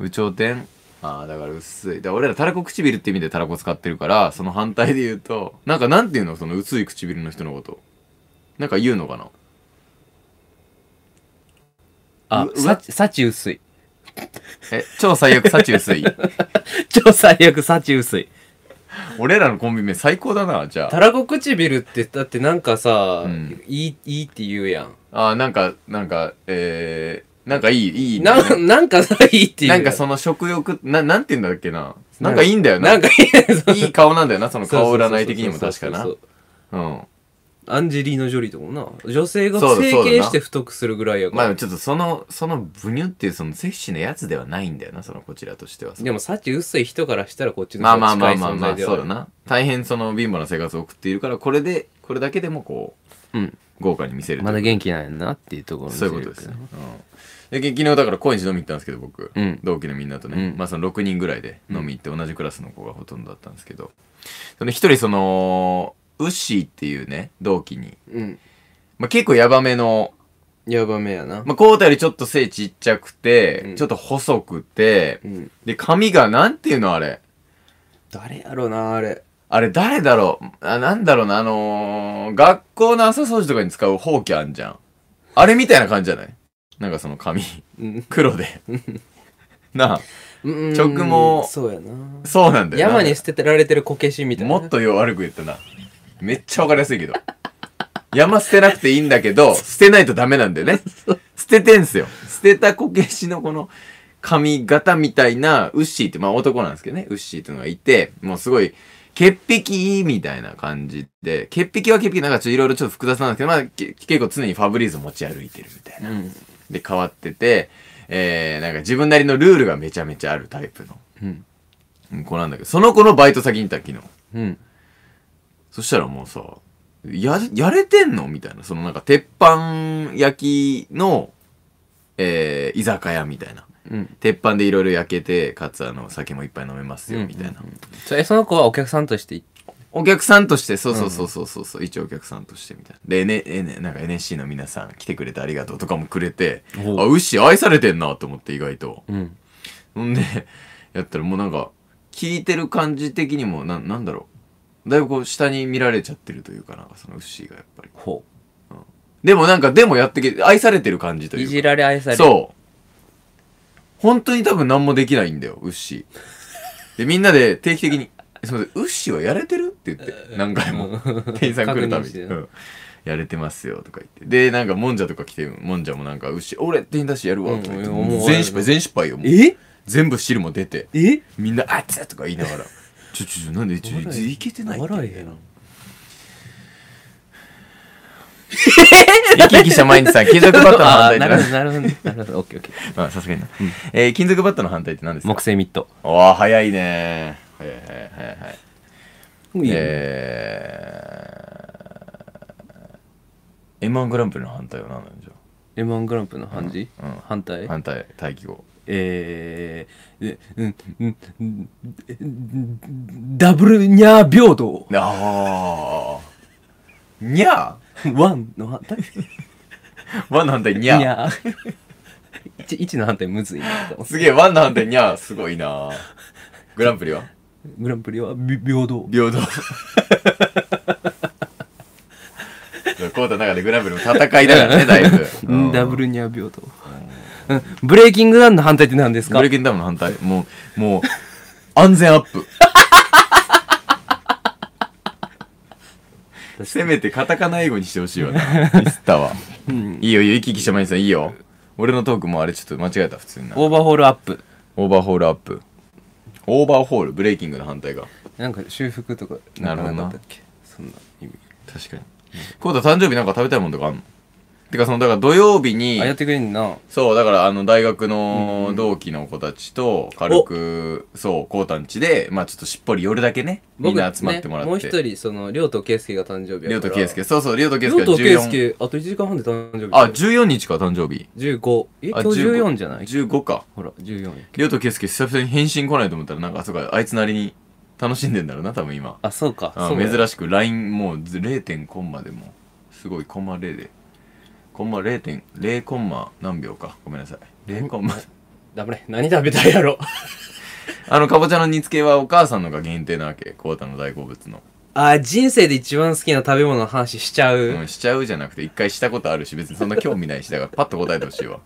Speaker 2: 有頂天ああだから薄いだから俺らたらこ唇って意味でたらこ使ってるからその反対で言うとなんかなんていうのその薄い唇の人のことなんか言うのかな
Speaker 1: あ
Speaker 2: うう
Speaker 1: サ
Speaker 2: わ
Speaker 1: チサチ薄い
Speaker 2: え超最悪幸薄い
Speaker 1: 超最悪サチ薄い
Speaker 2: 俺らのコンビ名最高だなじゃ
Speaker 1: たらこ唇ってだってなんかさ、
Speaker 2: うん
Speaker 1: いいいいって言うやん
Speaker 2: ああーなんかなんかえー、なんかいいいい
Speaker 1: ななんかさいいっていう
Speaker 2: なんかその食欲、な、なんて言うんだっけな。なんかいいんだよな。
Speaker 1: なんかいい
Speaker 2: いい顔なんだよな、その
Speaker 1: そう
Speaker 2: 顔
Speaker 1: そうそうそう
Speaker 2: 占い的にも確かな
Speaker 1: そう。そう
Speaker 2: うん。
Speaker 1: アンジェリーノ・ジョリーとかもな女性が
Speaker 2: そうだ
Speaker 1: 整
Speaker 2: そうだ
Speaker 1: 形
Speaker 2: な
Speaker 1: して太くするぐらいやか
Speaker 2: ま
Speaker 1: ら、
Speaker 2: あちょっとそのそのブニュっていうそのセクシーなやつではないんだよなそのこちらとしては
Speaker 1: でもさっき薄い人からしたらこっちの
Speaker 2: まあ
Speaker 1: 方
Speaker 2: ま
Speaker 1: が
Speaker 2: あ
Speaker 1: 近
Speaker 2: まあ
Speaker 1: い
Speaker 2: まあ
Speaker 1: 存
Speaker 2: ま
Speaker 1: 在
Speaker 2: あ
Speaker 1: では
Speaker 2: そ
Speaker 1: あ
Speaker 2: うだ
Speaker 1: る
Speaker 2: な大変その貧乏な生活を送っているからこれでこれだけでもこう、
Speaker 1: うん
Speaker 2: 豪華に見せると
Speaker 1: まだ元気なんやなっていうところを見せ
Speaker 2: そうい
Speaker 1: る
Speaker 2: うことですね、うん、で昨日だから高円寺飲み行ったんですけど僕、
Speaker 1: うん
Speaker 2: 同期のみんなとね、
Speaker 1: うん
Speaker 2: まあその6人ぐらいで飲み行って同じクラスの子がほとんどだったんですけどその一人そのウッシーっていうね同期に、
Speaker 1: うん
Speaker 2: まあ、結構ヤバめの
Speaker 1: ヤバめやな、
Speaker 2: まあ、コータよりちょっと背ちっちゃくて、
Speaker 1: うん
Speaker 2: ちょっと細くて、
Speaker 1: うん
Speaker 2: で、髪がなんていうのあれ。
Speaker 1: 誰やろなあれ
Speaker 2: あれ誰だろうあ、なんだろうな、あのー、学校の朝掃除とかに使うほうきあんじゃん。あれみたいな感じじゃないなんかその髪、
Speaker 1: うん
Speaker 2: 黒で。なあ、
Speaker 1: うん
Speaker 2: 直毛
Speaker 1: そうやな
Speaker 2: そうなんだよな。
Speaker 1: 山に捨ててられてるこけしみたいな
Speaker 2: もっとよ悪く言ったな。めっちゃわかりやすいけど。山捨てなくていいんだけど、捨てないとダメなんだよね。捨ててんすよ。捨てたこけしのこの髪型みたいな、ウッシーって、まあ男なんですけどね、ウッシーっていうのがいて、もうすごい、潔癖みたいな感じで、潔癖は潔癖なんかちょっといろいろちょっと複雑なんですけど、まあけ結構常にファブリーズ持ち歩いてるみたいな。
Speaker 1: うん
Speaker 2: で、変わってて、えー、なんか自分なりのルールがめちゃめちゃあるタイプの
Speaker 1: うん
Speaker 2: うん子なんだけど、その子のバイト先にいた昨日。
Speaker 1: うん
Speaker 2: そしたらもうさ、や、やれてんのみたいな。そのなんか、鉄板焼きの、えー、居酒屋みたいな。
Speaker 1: うん
Speaker 2: 鉄板でいろいろ焼けて、かつあの、酒もいっぱい飲めますよ、
Speaker 1: うん
Speaker 2: みたいな。
Speaker 1: それその子はお客さんとして行っ
Speaker 2: お客さんとして、そうそうそうそうそうそう、一応お客さんとしてみたいな。で、N、N、なんか NSC の皆さん来てくれてありがとうとかもくれて、
Speaker 1: おう
Speaker 2: あ、牛愛されてんなと思って意外と。
Speaker 1: うん
Speaker 2: ほんで、やったらもうなんか、聞いてる感じ的にも、な、なんだろう。だいぶこう、下に見られちゃってるというかなんか、その牛がやっぱり。
Speaker 1: ほ
Speaker 2: でもなんか、でもやってきて、愛されてる感じと
Speaker 1: う
Speaker 2: いう
Speaker 1: い
Speaker 2: か。
Speaker 1: じられ愛され
Speaker 2: そう。本当に多分何もできないんだよ、ウッシー。で、みんなで定期的に、すみません、ウッシーはやれてるって言って、何回も。店員さん来るた
Speaker 1: 確認
Speaker 2: びに。
Speaker 1: して
Speaker 2: うんやれてますよとか言って。で、なんか、もんじゃとか来て、もんじゃもなんか、ウッシー、俺、店員だしやるわとか言って、
Speaker 1: うんうん思う
Speaker 2: 全失敗、全失敗よ。もう
Speaker 1: え
Speaker 2: 全部汁も出て、
Speaker 1: え
Speaker 2: みんな、あっつとか言い ながら、ちょ、ちょ、ちょ、なんで、ちょ、
Speaker 1: 笑え
Speaker 2: いけてないって
Speaker 1: 笑えへん
Speaker 2: 生き生きした毎日 さん、金属バットの反対
Speaker 1: あ
Speaker 2: っ
Speaker 1: ー
Speaker 2: て
Speaker 1: なる
Speaker 2: 何
Speaker 1: ほどなるほどなるほどオッケーオッケー
Speaker 2: まあ、さすがにな。えー金属バットの反対って何ですか
Speaker 1: 木製ミット
Speaker 2: わあ、早いね早い早い早い早い。
Speaker 1: いいよ
Speaker 2: えー、M1 グランプリの反対は何なんじ
Speaker 1: M1 グランプリの反対
Speaker 2: うんうん
Speaker 1: 反対
Speaker 2: ゃ反対、待機語。
Speaker 1: えーでうんうんうんうんダブルニャー平等
Speaker 2: あー。にゃ
Speaker 1: ワンの反対
Speaker 2: ーワンの反対に
Speaker 1: ニ
Speaker 2: ゃ
Speaker 1: ャ
Speaker 2: ー
Speaker 1: ー一一の反対むずいなと思って
Speaker 2: すげえ、ワンの反対にゃーすごいなグランプリは
Speaker 1: グランプリはび平等
Speaker 2: 平 等。コータの中でグランプリも戦いだからね、だいぶ。
Speaker 1: うんダブルニャー平等うんブレイキングダウンの反対って何です
Speaker 2: ブ
Speaker 1: か
Speaker 2: レイキンダウンの反対。もう、もう、安全アップ。せめてカタカナ英語にしてほしいわ な。ミスったわ。
Speaker 1: うん
Speaker 2: いいよ、いいよ、生き生きしてまいさん、いいよ。俺のトークもあれちょっと間違えた、普通にな。
Speaker 1: オーバーホールアップ
Speaker 2: オーバーホールアップ。オーバーホール、ブレイキングの反対が。
Speaker 1: なんか修復とか
Speaker 2: なるほどなん
Speaker 1: かったっけそんな意味
Speaker 2: 確かに。コータ誕生日なんか食べたいもんとかあんのてか、その、だから土曜日に
Speaker 1: あ、やってくれんな
Speaker 2: そう、だから、あの、大学の同期の子たちと、軽く、そう、コータんちで、まあちょっとしっぽり夜だけね、みんな集まってもらって。
Speaker 1: 僕ねもう一人その亮と圭介が誕生日
Speaker 2: りょ
Speaker 1: や
Speaker 2: う
Speaker 1: か
Speaker 2: と
Speaker 1: ら
Speaker 2: けいすけ。そうそう、りょうとけいすけ
Speaker 1: 亮と圭
Speaker 2: は14。
Speaker 1: 介あと1時間半で誕生日
Speaker 2: あ、14日か、誕生日。
Speaker 1: 15え今
Speaker 2: あ
Speaker 1: 日14じゃない
Speaker 2: 15か。
Speaker 1: ほら14や
Speaker 2: りょうとけいすけ久々に返信来ないと思ったら、なんか、あそうか、あいつなりに楽しんでんだろうな、多分今。
Speaker 1: あそうか
Speaker 2: あ
Speaker 1: そうや
Speaker 2: 珍しく LINE もうず0.0コンマでもうすごいコンマ0でコンマ0.0コンマ何秒かごめんなさい0コンマ
Speaker 1: ダメ何食べたいやろ
Speaker 2: あのかぼちゃの煮付けはお母さんのが限定なわけコータの大好物の、
Speaker 1: あ人生で一番好きな食べ物の話しちゃ
Speaker 2: う、
Speaker 1: うん
Speaker 2: しちゃうじゃなくて一回したことあるし別にそんな興味ないしだからパッと答えてほしいわ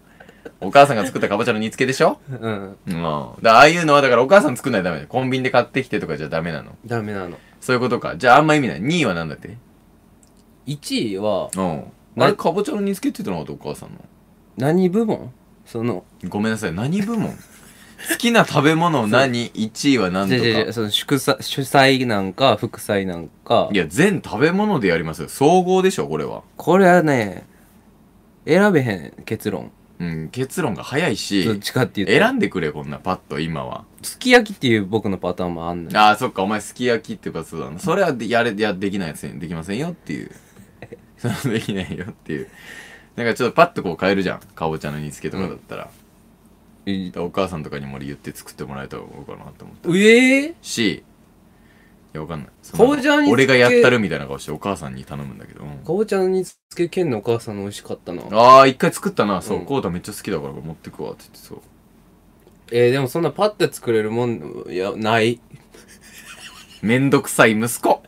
Speaker 2: お母さんが作ったかぼちゃの煮付けでしょ
Speaker 1: うん
Speaker 2: うんだからああいうのはだからお母さん作んないとダメだよコンビニで買ってきてとかじゃダメなの
Speaker 1: ダメなの
Speaker 2: そういうことかじゃああんま意味ない2位は何だって
Speaker 1: 1位は
Speaker 2: うんあ
Speaker 1: な
Speaker 2: れかぼちゃの煮付けって言ってなかったお母さんの
Speaker 1: 何部門その
Speaker 2: ごめんなさい何部門好きな食べ物何 ?1 位は何と
Speaker 1: 違う違う違う
Speaker 2: か。
Speaker 1: その祝祭主菜なんか副菜なんか
Speaker 2: いや、全食べ物でやりますよ。総合でしょ、これは。
Speaker 1: これはね選べへん結論
Speaker 2: うん、結論が早い
Speaker 1: どっ
Speaker 2: し、
Speaker 1: ちかっていうと
Speaker 2: 選んでくれ、こんな、パッと、今は。
Speaker 1: すき焼きっていう僕のパターンもあんのよ
Speaker 2: ああ、そっか、お前、すき焼きってか、そうだな。それはで、やれ、や、できないやつに、できませんよっ ていう。それはできないよっていう。なんか、ちょっとパッとこう変えるじゃん。かぼちゃの煮付けとかだったら。
Speaker 1: え
Speaker 2: お母さんとかにも俺言って作ってもらえたらどうかなって思った。
Speaker 1: ええ
Speaker 2: し、いや、わかんない。
Speaker 1: かぼちゃの煮付け
Speaker 2: 俺がやったるみたいな顔してお母さんに頼むんだけど。うん
Speaker 1: かぼちゃの煮付け県のお母さんの美味しかったな
Speaker 2: ああ、一回作ったな。そうう、
Speaker 1: ん
Speaker 2: コウタめっちゃ好きだから持ってくわって言ってそう。
Speaker 1: えー、でもそんなパッて作れるもんいやない
Speaker 2: めんどくさい息 子。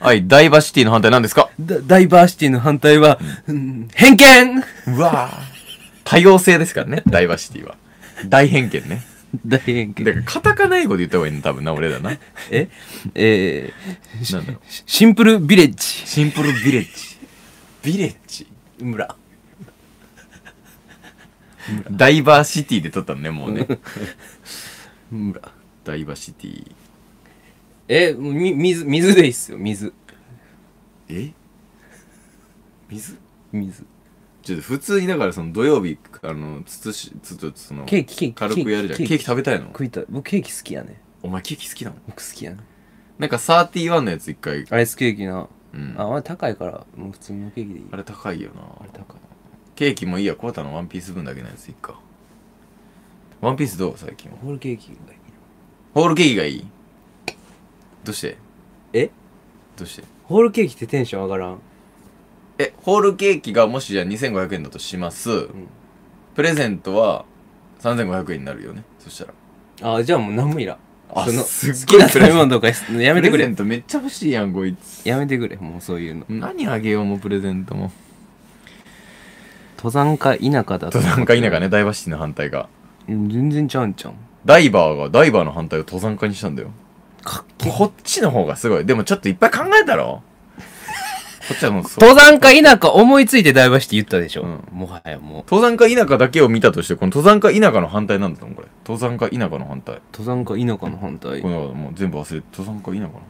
Speaker 2: はい、ダイバーシティの反対何ですか
Speaker 1: ダダイバーシティの反対は、うん偏見
Speaker 2: うわぁ。多様性ですからね、ダイバーシティは。大偏見ね。
Speaker 1: 大偏
Speaker 2: だから、カタカナ英語で言った方がいいの、多分な、俺らな。なん
Speaker 1: ええーし
Speaker 2: だろう。
Speaker 1: しシンプルビレッジ
Speaker 2: シンプルビレッジ。ビレッジ
Speaker 1: 村
Speaker 2: ダイバーシティで撮ったのね、もうね。
Speaker 1: 村
Speaker 2: ダイバーシティ。
Speaker 1: えもうみ水水でいいっすよ水
Speaker 2: え水
Speaker 1: 水
Speaker 2: ちょっと普通にだからその土曜日、あの、つつし、つつ、その、
Speaker 1: ケーキケーキ
Speaker 2: 軽くやるじゃん。ケーキ食べたいの
Speaker 1: 食いたい僕ケーキ好きやね
Speaker 2: お前ケーキ好きなの
Speaker 1: 僕好きやね
Speaker 2: なんか31のやつ一回、
Speaker 1: アイスケーキな
Speaker 2: うん。
Speaker 1: ああれ高いからもう普通のケーキでいい
Speaker 2: あれ高いよな
Speaker 1: あれ高い
Speaker 2: ケーキもいいやコータのワンピース分だけのやついっかワンピースどう最近は
Speaker 1: ホールケーキがいい
Speaker 2: ホールケーキがいいどうして
Speaker 1: え
Speaker 2: どうして
Speaker 1: ホールケーキってテンション上がらん
Speaker 2: えホールケーキがもしじゃあ2500円だとします、
Speaker 1: ん
Speaker 2: プレゼントは3500円になるよねそしたら
Speaker 1: あじゃあもう何もいらん
Speaker 2: あ
Speaker 1: その
Speaker 2: すっごい
Speaker 1: 好きな食べ物とかやめてく
Speaker 2: プレ
Speaker 1: れ
Speaker 2: ゼントめっちゃ欲しいやんこいつ
Speaker 1: やめてくれもうそういうの
Speaker 2: 何あげようもプレゼントも
Speaker 1: 登山か否かだと
Speaker 2: 登山家否かねダイバーシティの反対が
Speaker 1: うん全然ちゃうんちゃうん
Speaker 2: ダイバーがダイバーの反対を登山家にしたんだよ
Speaker 1: かっけ
Speaker 2: こっちの方がすごい。でもちょっといっぱい考えた ろこっちはもうそう。
Speaker 1: 登山か否か思いついてダイバーシティ言ったでしょ、
Speaker 2: うん
Speaker 1: もはやもう
Speaker 2: 登山か否かだけを見たとして、この登山か否かの反対なんだと思う、これ。登山か否かの反対。
Speaker 1: 登山か否かの反対
Speaker 2: こ
Speaker 1: 登
Speaker 2: のもう全部忘れて、登山か否かの
Speaker 1: 山か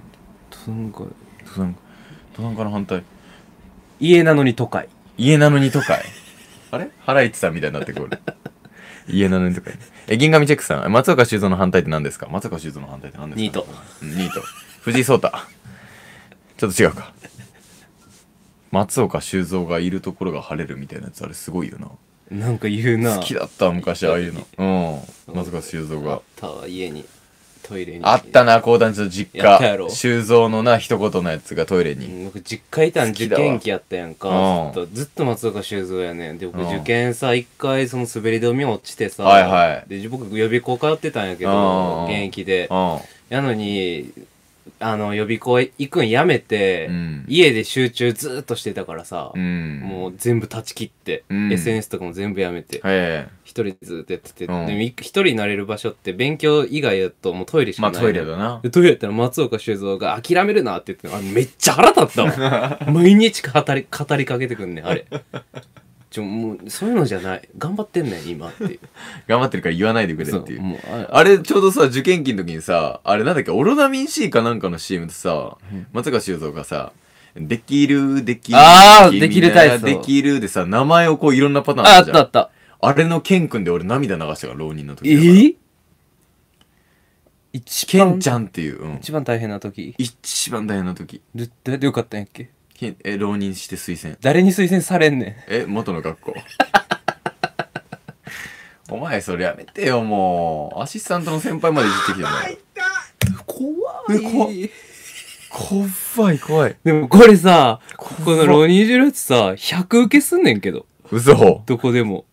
Speaker 2: 登山家、登山家の反対。
Speaker 1: 家なのに都会
Speaker 2: 家なのに都会。 あれハライチさんみたいになってくる。家なのに都会。え、銀紙チェックさん、松岡修造の反対って何ですか松岡修造の反対って何ですか
Speaker 1: ニート。
Speaker 2: うんニート。藤井聡太。ちょっと違うか。松岡修造がいるところが晴れるみたいなやつ、あれすごいよな。
Speaker 1: なんか言うな
Speaker 2: 好きだった昔ああいうのうん
Speaker 1: うん
Speaker 2: 松岡修造
Speaker 1: あ
Speaker 2: が
Speaker 1: ったわ家にトイレに
Speaker 2: あったな講談師の実
Speaker 1: やったやろ
Speaker 2: 家修造のな一言のやつがトイレ
Speaker 1: う
Speaker 2: に
Speaker 1: ん僕実家いたん
Speaker 2: 好き
Speaker 1: 受
Speaker 2: だわ
Speaker 1: 験期やったやん
Speaker 2: う
Speaker 1: か
Speaker 2: ん
Speaker 1: ずっとずっと松岡修造やねんで僕
Speaker 2: うん
Speaker 1: 受験さ一回その滑り止め落ちてさ、
Speaker 2: はいはい
Speaker 1: で僕予備校通ってたんやけ
Speaker 2: うんうん
Speaker 1: ど
Speaker 2: うん
Speaker 1: 現役で
Speaker 2: うん
Speaker 1: やのにあの予備校行くんやめて、
Speaker 2: うん
Speaker 1: 家で集中ずーっとしてたからさ、
Speaker 2: うん
Speaker 1: もう全部断ち切って、
Speaker 2: うん
Speaker 1: SNS とかも全部やめて
Speaker 2: え
Speaker 1: 一人ずっとやってて、
Speaker 2: うん
Speaker 1: でもい一人になれる場所って勉強以外だともうトイレし
Speaker 2: えま
Speaker 1: か
Speaker 2: あ
Speaker 1: ない、
Speaker 2: トイレだな
Speaker 1: でトイレやったら松岡修造が「諦めるな」って言ってあめっちゃ腹立った わ毎日語り語りかけてくんねんあれちょもうそういうのじゃない頑張ってんねん今っていう
Speaker 2: 頑張ってるから言わないでくれ
Speaker 1: そ
Speaker 2: っていうう
Speaker 1: もうあ
Speaker 2: あれちょうどさ受験期の時にさあれなんだっけオロナミン C かなんかの CM とさ松岡修造がさできるできる
Speaker 1: あー
Speaker 2: 君
Speaker 1: できる
Speaker 2: なら
Speaker 1: 体操
Speaker 2: できるでさ名前をこういろんなパターン
Speaker 1: ああ
Speaker 2: あ
Speaker 1: っ
Speaker 2: るじゃん
Speaker 1: たあった
Speaker 2: あれのケン君で俺涙流したから浪人の時
Speaker 1: え
Speaker 2: だから
Speaker 1: ー、一
Speaker 2: ケ
Speaker 1: 番
Speaker 2: ンちゃんっていう、うん、
Speaker 1: 一番大変な時
Speaker 2: 一番大変な時
Speaker 1: どどうやってよかったんやっけ
Speaker 2: けんえ浪人して推薦
Speaker 1: 誰に推薦されんねん
Speaker 2: え元の学校 お前それやめてよもうアシスタントの先輩までいじってきてない
Speaker 1: 怖
Speaker 2: い怖い怖い
Speaker 1: でもこれさ、ここのロニージュルやつさ、100受けすんねんけど。
Speaker 2: 嘘
Speaker 1: どこでも。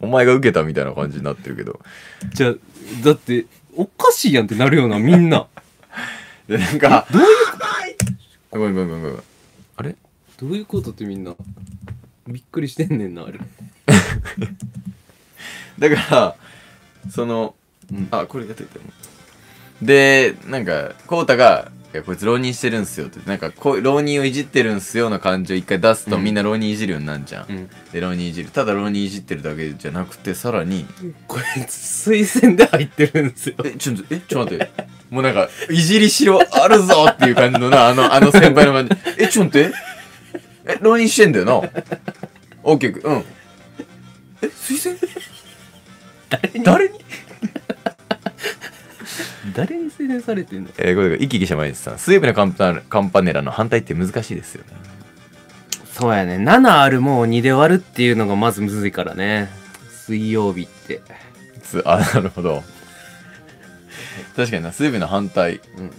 Speaker 2: お前が受けたみたいな感じになってるけど
Speaker 1: じゃあ、だって、おかしいやんってなるよな、みんな。
Speaker 2: でなんかどういうごめんごめんごめんごめんあれ
Speaker 1: どういうことってみんな。びっくりしてんねんな、あれ。
Speaker 2: だからその、
Speaker 1: うん
Speaker 2: あこれやっててでなんかこうたがいやこいつ浪人してるんすよってなんかこう浪人をいじってるんすよの感じを一回出すと
Speaker 1: うん
Speaker 2: みんな浪人いじるようになんじゃん、
Speaker 1: うん
Speaker 2: で浪人いじるただ浪人いじってるだけじゃなくてさらに
Speaker 1: これ推薦で入ってるんですよ
Speaker 2: えちょっとえちょっと待ってもうなんかいじりしろあるぞっていう感じのなあのあの先輩の感じえちょっと待ってえ浪人してんだよなオッケーオッケーうんえ推薦誰に誰に
Speaker 1: 誰に推薦されてんの
Speaker 2: えー、これが生き生きした毎日さん水曜日のカンパカンパネラの反対って難しいですよね
Speaker 1: そうやね7あるもう2で割るっていうのがまずむずいからね水曜日って
Speaker 2: つあなるほど確かにな水曜日の反対
Speaker 1: うん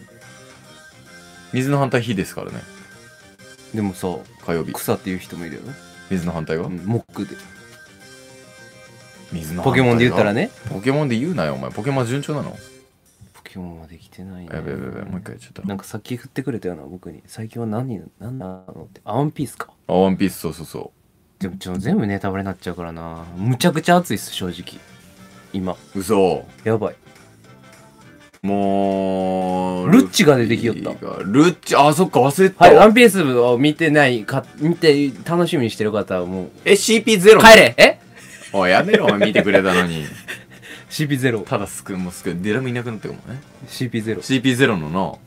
Speaker 2: 水の反対火ですからね
Speaker 1: でもさ
Speaker 2: 火曜日
Speaker 1: 草っていう人もいるよね、
Speaker 2: 水の反対が、
Speaker 1: うん、モックで
Speaker 2: 水の
Speaker 1: ポ
Speaker 2: 反
Speaker 1: ケ
Speaker 2: 対が
Speaker 1: モンで言ったらね
Speaker 2: ポケモンで言うなよお前ポケモン順調なの
Speaker 1: ポケモンはできてないね
Speaker 2: やべやべやべもう一回やっちゃった
Speaker 1: なんかさっき振ってくれたような僕に最近は何何なのってあワンピースか
Speaker 2: あワンピースそうそうそ
Speaker 1: でもちょ全部ネタバレになっちゃうからなむちゃくちゃ熱いっす正直今
Speaker 2: う嘘
Speaker 1: やばい
Speaker 2: もう
Speaker 1: ルッチが出てきよった
Speaker 2: ルッチがルッチあそっか忘れてた、
Speaker 1: はい、ワンピースを見てないか、見て楽しみにしてる方はもう、
Speaker 2: え CP0
Speaker 1: 帰れえ
Speaker 2: おいやめろお前見てくれたのに
Speaker 1: ?CP0。
Speaker 2: ただすくもうすくデラムいなくなったかもね
Speaker 1: CP0。
Speaker 2: CP0 のな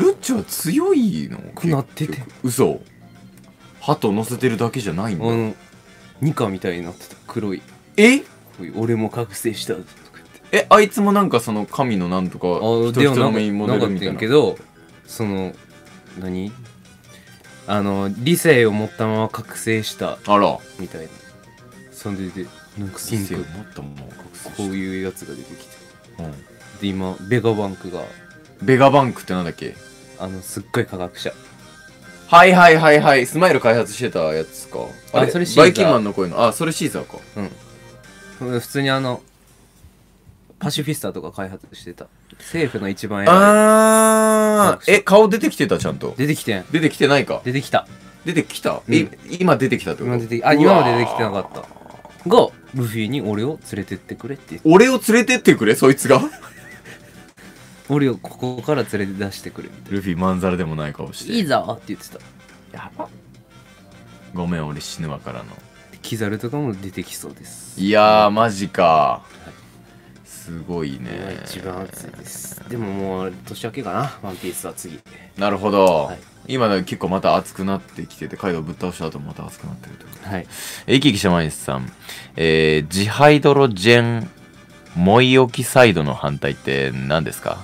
Speaker 2: ルッチは強いの
Speaker 1: くなってて
Speaker 2: 結局嘘鳩乗せてるだけじゃないん
Speaker 1: あ
Speaker 2: だ、
Speaker 1: の、ニカみたいになってた。黒い。
Speaker 2: え
Speaker 1: こういう俺も覚醒した。とか言って。
Speaker 2: えあいつもなんかその神のなんとか人
Speaker 1: でも
Speaker 2: 人
Speaker 1: な
Speaker 2: の
Speaker 1: ん
Speaker 2: 目に
Speaker 1: かな
Speaker 2: 戻
Speaker 1: んかっ
Speaker 2: る
Speaker 1: た
Speaker 2: み
Speaker 1: ん
Speaker 2: たい
Speaker 1: や
Speaker 2: な
Speaker 1: けど、その、何あの、理性を持ったまま覚醒した。
Speaker 2: あら
Speaker 1: みたいな。そんでで、なんかピ
Speaker 2: 人
Speaker 1: ン
Speaker 2: 生
Speaker 1: ク
Speaker 2: も、っともう覚醒
Speaker 1: こう
Speaker 2: し
Speaker 1: いうやつが出てきて。
Speaker 2: たうん
Speaker 1: で、今、ベガバンクが、
Speaker 2: ベガバンクってなんだっけ
Speaker 1: あの、すっごい科学者。
Speaker 2: はいはいはいはいスマイル開発してたやつか
Speaker 1: あ
Speaker 2: あれ
Speaker 1: それシーザー
Speaker 2: バイキンマンの声のあそれシーザーか
Speaker 1: うん普通にあのパシフィスタとか開発してた政府の一番偉い
Speaker 2: あーえ顔出てきてたちゃんと
Speaker 1: 出てきてん
Speaker 2: 出てきてないか
Speaker 1: 出てきた
Speaker 2: 出てきた、
Speaker 1: うん
Speaker 2: え今出てきたってこと
Speaker 1: 今出てきあ今まで出てきてなかったがルフィに俺を連れてってくれって言って
Speaker 2: 俺を連れてってくれそいつが
Speaker 1: 俺をここから連れて出してくれみたい
Speaker 2: ルフィまんざらでもない顔し
Speaker 1: ないいぞって言ってた
Speaker 2: やばごめん俺死ぬわからの
Speaker 1: キザルとかも出てきそうです
Speaker 2: いやーマジか
Speaker 1: い
Speaker 2: すごいね
Speaker 1: 一番熱いですでももう年明けかなワンピースは次
Speaker 2: なるほど、
Speaker 1: はい
Speaker 2: 今ね結構また熱くなってきててカイドウぶっ倒した後また熱くなってるってこと
Speaker 1: はい
Speaker 2: 生き生きした毎日さんえー、ジハイドロジェンモイオキサイドの反対って何ですか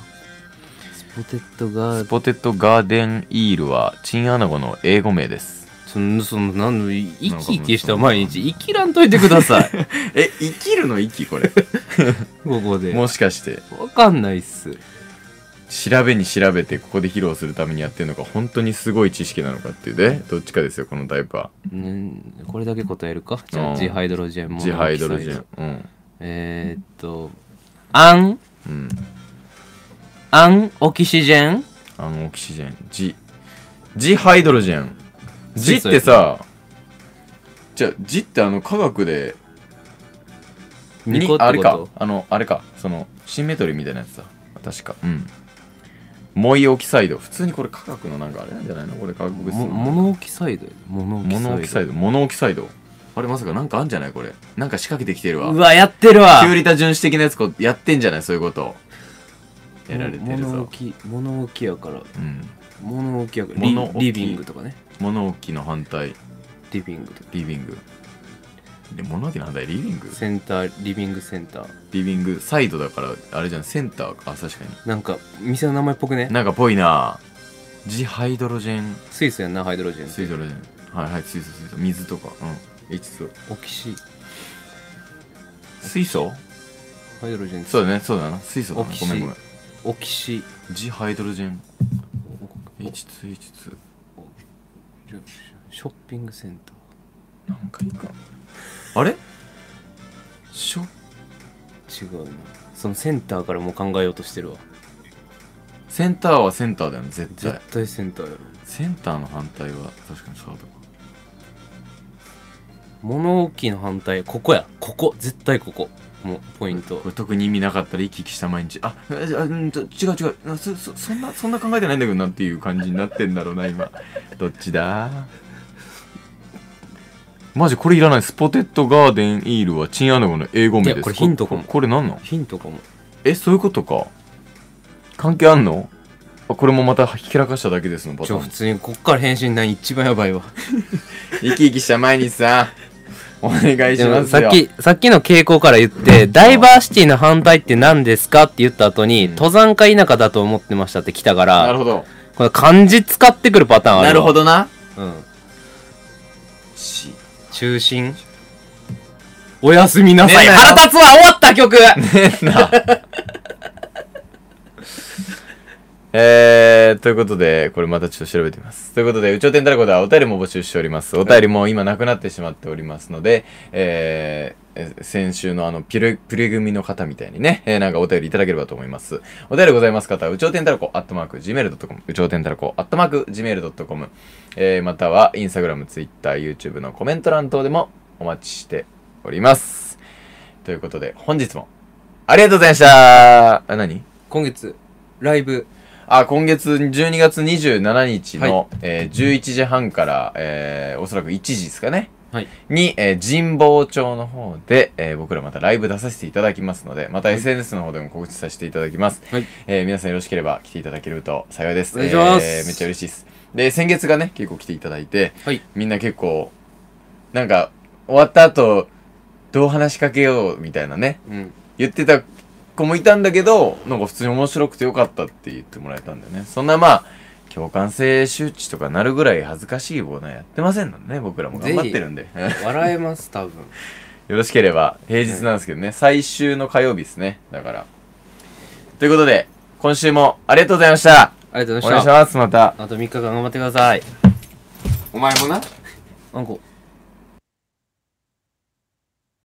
Speaker 1: スポテトが
Speaker 2: スポテトガーデンイールはチンアナゴの英語名です
Speaker 1: そのそのなんの生き生きした毎日生きらんといてくださ い
Speaker 2: え生きるの息これ
Speaker 1: ここで
Speaker 2: もしかして
Speaker 1: わかんないっす
Speaker 2: 調べに調べてここで披露するためにやってるのか本当にすごい知識なのかっていうねどっちかですよこのタイプは
Speaker 1: うんこれだけ答えるかじゃ
Speaker 2: う
Speaker 1: あ
Speaker 2: ん
Speaker 1: ジハイドロジェンも
Speaker 2: ジハイドロジェンうん
Speaker 1: えー、っとアン
Speaker 2: うん
Speaker 1: アンオキシジェン
Speaker 2: あのオキシジェンジジハイドロジェンジっ
Speaker 1: 水素や
Speaker 2: て
Speaker 1: つ
Speaker 2: さじゃあジってあの科学で
Speaker 1: ニ
Speaker 2: に
Speaker 1: コってこと
Speaker 2: あれかあのあれかそのシンメトリーみたいなやつだ確かうんモイオキサイド普通にこれ科学のなんかあれなんじゃないのこれ科学物質
Speaker 1: も
Speaker 2: の
Speaker 1: モノオキサイドやモノオキサイ
Speaker 2: モ
Speaker 1: ド
Speaker 2: ノオキサイドモノオキサイドあれまさかなんかあんじゃないこれなんか仕掛けてきてるわ
Speaker 1: うわやってるわ
Speaker 2: キュウリタ巡視的なやつこうやってんじゃないそういうことやられてる
Speaker 1: モノオ
Speaker 2: ぞ
Speaker 1: キモノオキやから
Speaker 2: うん
Speaker 1: モノオキやから
Speaker 2: モノオキ
Speaker 1: リリビングとかね
Speaker 2: 物置の反対
Speaker 1: リビングとか
Speaker 2: リビングで物置の反対リビング
Speaker 1: センターリビングセンター
Speaker 2: リビングサイドだからあれじゃんセンターかあ確かに
Speaker 1: なんか店の名前っぽくね
Speaker 2: なんかぽいなジハイドロジェン
Speaker 1: 水素やんなハイドロジェン
Speaker 2: 水素ロジェンはいはい水素水素水とかうんえちょっと
Speaker 1: オキシ
Speaker 2: 水素
Speaker 1: ハイドロジェン
Speaker 2: そうだねそうだな水素だ
Speaker 1: オ
Speaker 2: な
Speaker 1: キシ
Speaker 2: ごめんごめん
Speaker 1: オキシ
Speaker 2: ジハイドロジェン H2H2
Speaker 1: ショッピングセンター
Speaker 2: なんかいいかあれしょ
Speaker 1: 違うなそのセンターからもう考えようとしてるわ
Speaker 2: センターはセンターだよね絶
Speaker 1: 絶
Speaker 2: 対
Speaker 1: 対センターやろ
Speaker 2: センターの反対は確かにサードか
Speaker 1: 物置の反対ここやここ絶対ここもうポイント
Speaker 2: これ特に意味なかったら行き来した毎日あえじゃあうんと違う違うあそそそんなそんな考えてないんだけどなっていう感じになってんだろうな今どっちだマジこれいらないスポテトガーデンイールはチンアナゴの英語名
Speaker 1: い
Speaker 2: で
Speaker 1: や
Speaker 2: す
Speaker 1: これヒントかも
Speaker 2: ここれ何なの
Speaker 1: ヒントかも
Speaker 2: えそういうことか関係あんのあこれもまたひけらかしただけですのパ
Speaker 1: ち
Speaker 2: ター
Speaker 1: ょ
Speaker 2: ン
Speaker 1: 普通にこっから返信ない一番やばいわ
Speaker 2: 生き生きした毎日さん お願いし
Speaker 1: で
Speaker 2: ま
Speaker 1: も
Speaker 2: すよ
Speaker 1: さっきさっきの傾向から言ってダイバーシティの反対って何ですかって言った後に、
Speaker 2: うん
Speaker 1: 登山か否かだと思ってましたって来たか
Speaker 2: なる
Speaker 1: ら
Speaker 2: ほど
Speaker 1: この漢字使ってくるパターンあるわ
Speaker 2: なるほどな
Speaker 1: うん、
Speaker 2: し
Speaker 1: 中心おやすみなさい
Speaker 2: ねえなよ
Speaker 1: 腹立つわ終わった曲
Speaker 2: えー、ということで、これまたちょっと調べてみます。ということで、宇宙天たらこではお便りも募集しております。お便りも今なくなってしまっておりますので、えーえ先週のあのピュレ、ピュレ組の方みたいにね、えーなんかお便りいただければと思います。お便りございます方は、宇宙天たらこ、アットマーク、gmail.com、宇宙天たらこ、アットマーク、gmail.com、えー、または、インスタグラム、ツイッター、YouTube のコメント欄等でもお待ちしております。ということで、本日も、ありがとうございましたあ、何
Speaker 1: 今月ライブ
Speaker 2: あ、今月12月27日の、えー11時半から、えーおそらく1時ですかね。
Speaker 1: はい
Speaker 2: に、えー神保町の方で、えー僕らまたライブ出させていただきますので、また
Speaker 1: はい
Speaker 2: SNS の方でも告知させていただきます。
Speaker 1: はい
Speaker 2: えー皆さんよろしければ来ていただけると幸いです。
Speaker 1: お願いします
Speaker 2: えーめっちゃ嬉しいです。で、先月がね、結構来ていただいて、
Speaker 1: はい
Speaker 2: みんな結構、なんか、終わった後、どう話しかけようみたいなね、
Speaker 1: うん
Speaker 2: 言ってた子もいたんだけどなんか普通に面白くてよかったって言ってもらえたんだよねそんなまあ共感性周知とかなるぐらい恥ずかしいものはやってませんのでね僕らも頑張ってるんで よ
Speaker 1: 笑えます多分
Speaker 2: ろしければ平日なんですけどね、最終の火曜日ですねだからということで今週もありがとうございました
Speaker 1: ありがとう
Speaker 2: お
Speaker 1: ござい
Speaker 2: 願い
Speaker 1: まし
Speaker 2: したますまた
Speaker 1: あと3日間頑張ってください
Speaker 2: お前もな
Speaker 1: あんこ